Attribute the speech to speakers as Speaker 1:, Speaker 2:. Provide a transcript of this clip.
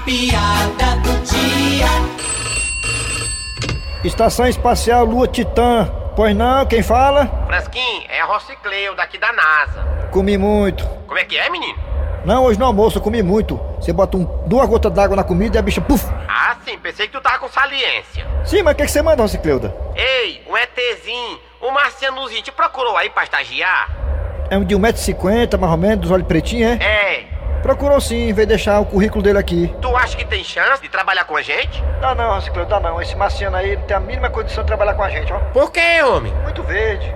Speaker 1: piada do dia.
Speaker 2: Estação Espacial Lua Titã. Pois não, quem fala?
Speaker 3: Fresquinho, é a Rocicleu, daqui da NASA.
Speaker 2: Comi muito.
Speaker 3: Como é que é, menino?
Speaker 2: Não, hoje no almoço eu comi muito. Você bota um, duas gotas d'água na comida e a bicha puf.
Speaker 3: Ah, sim, pensei que tu tava com saliência.
Speaker 2: Sim, mas o que, que você manda, Rocicleuda?
Speaker 3: Ei, um ETzinho, um marcianozinho te procurou aí pra estagiar?
Speaker 2: É um de 1,50m, mais ou menos, dos olhos pretinhos, é?
Speaker 3: É,
Speaker 2: Procurou sim, veio deixar o currículo dele aqui.
Speaker 3: tu acha que tem chance de trabalhar com a gente?
Speaker 2: Dá não, Rocicleuda, dá não. Esse marciano aí não tem a mínima condição de trabalhar com a gente, ó.
Speaker 3: Por quê, homem?
Speaker 2: Muito verde.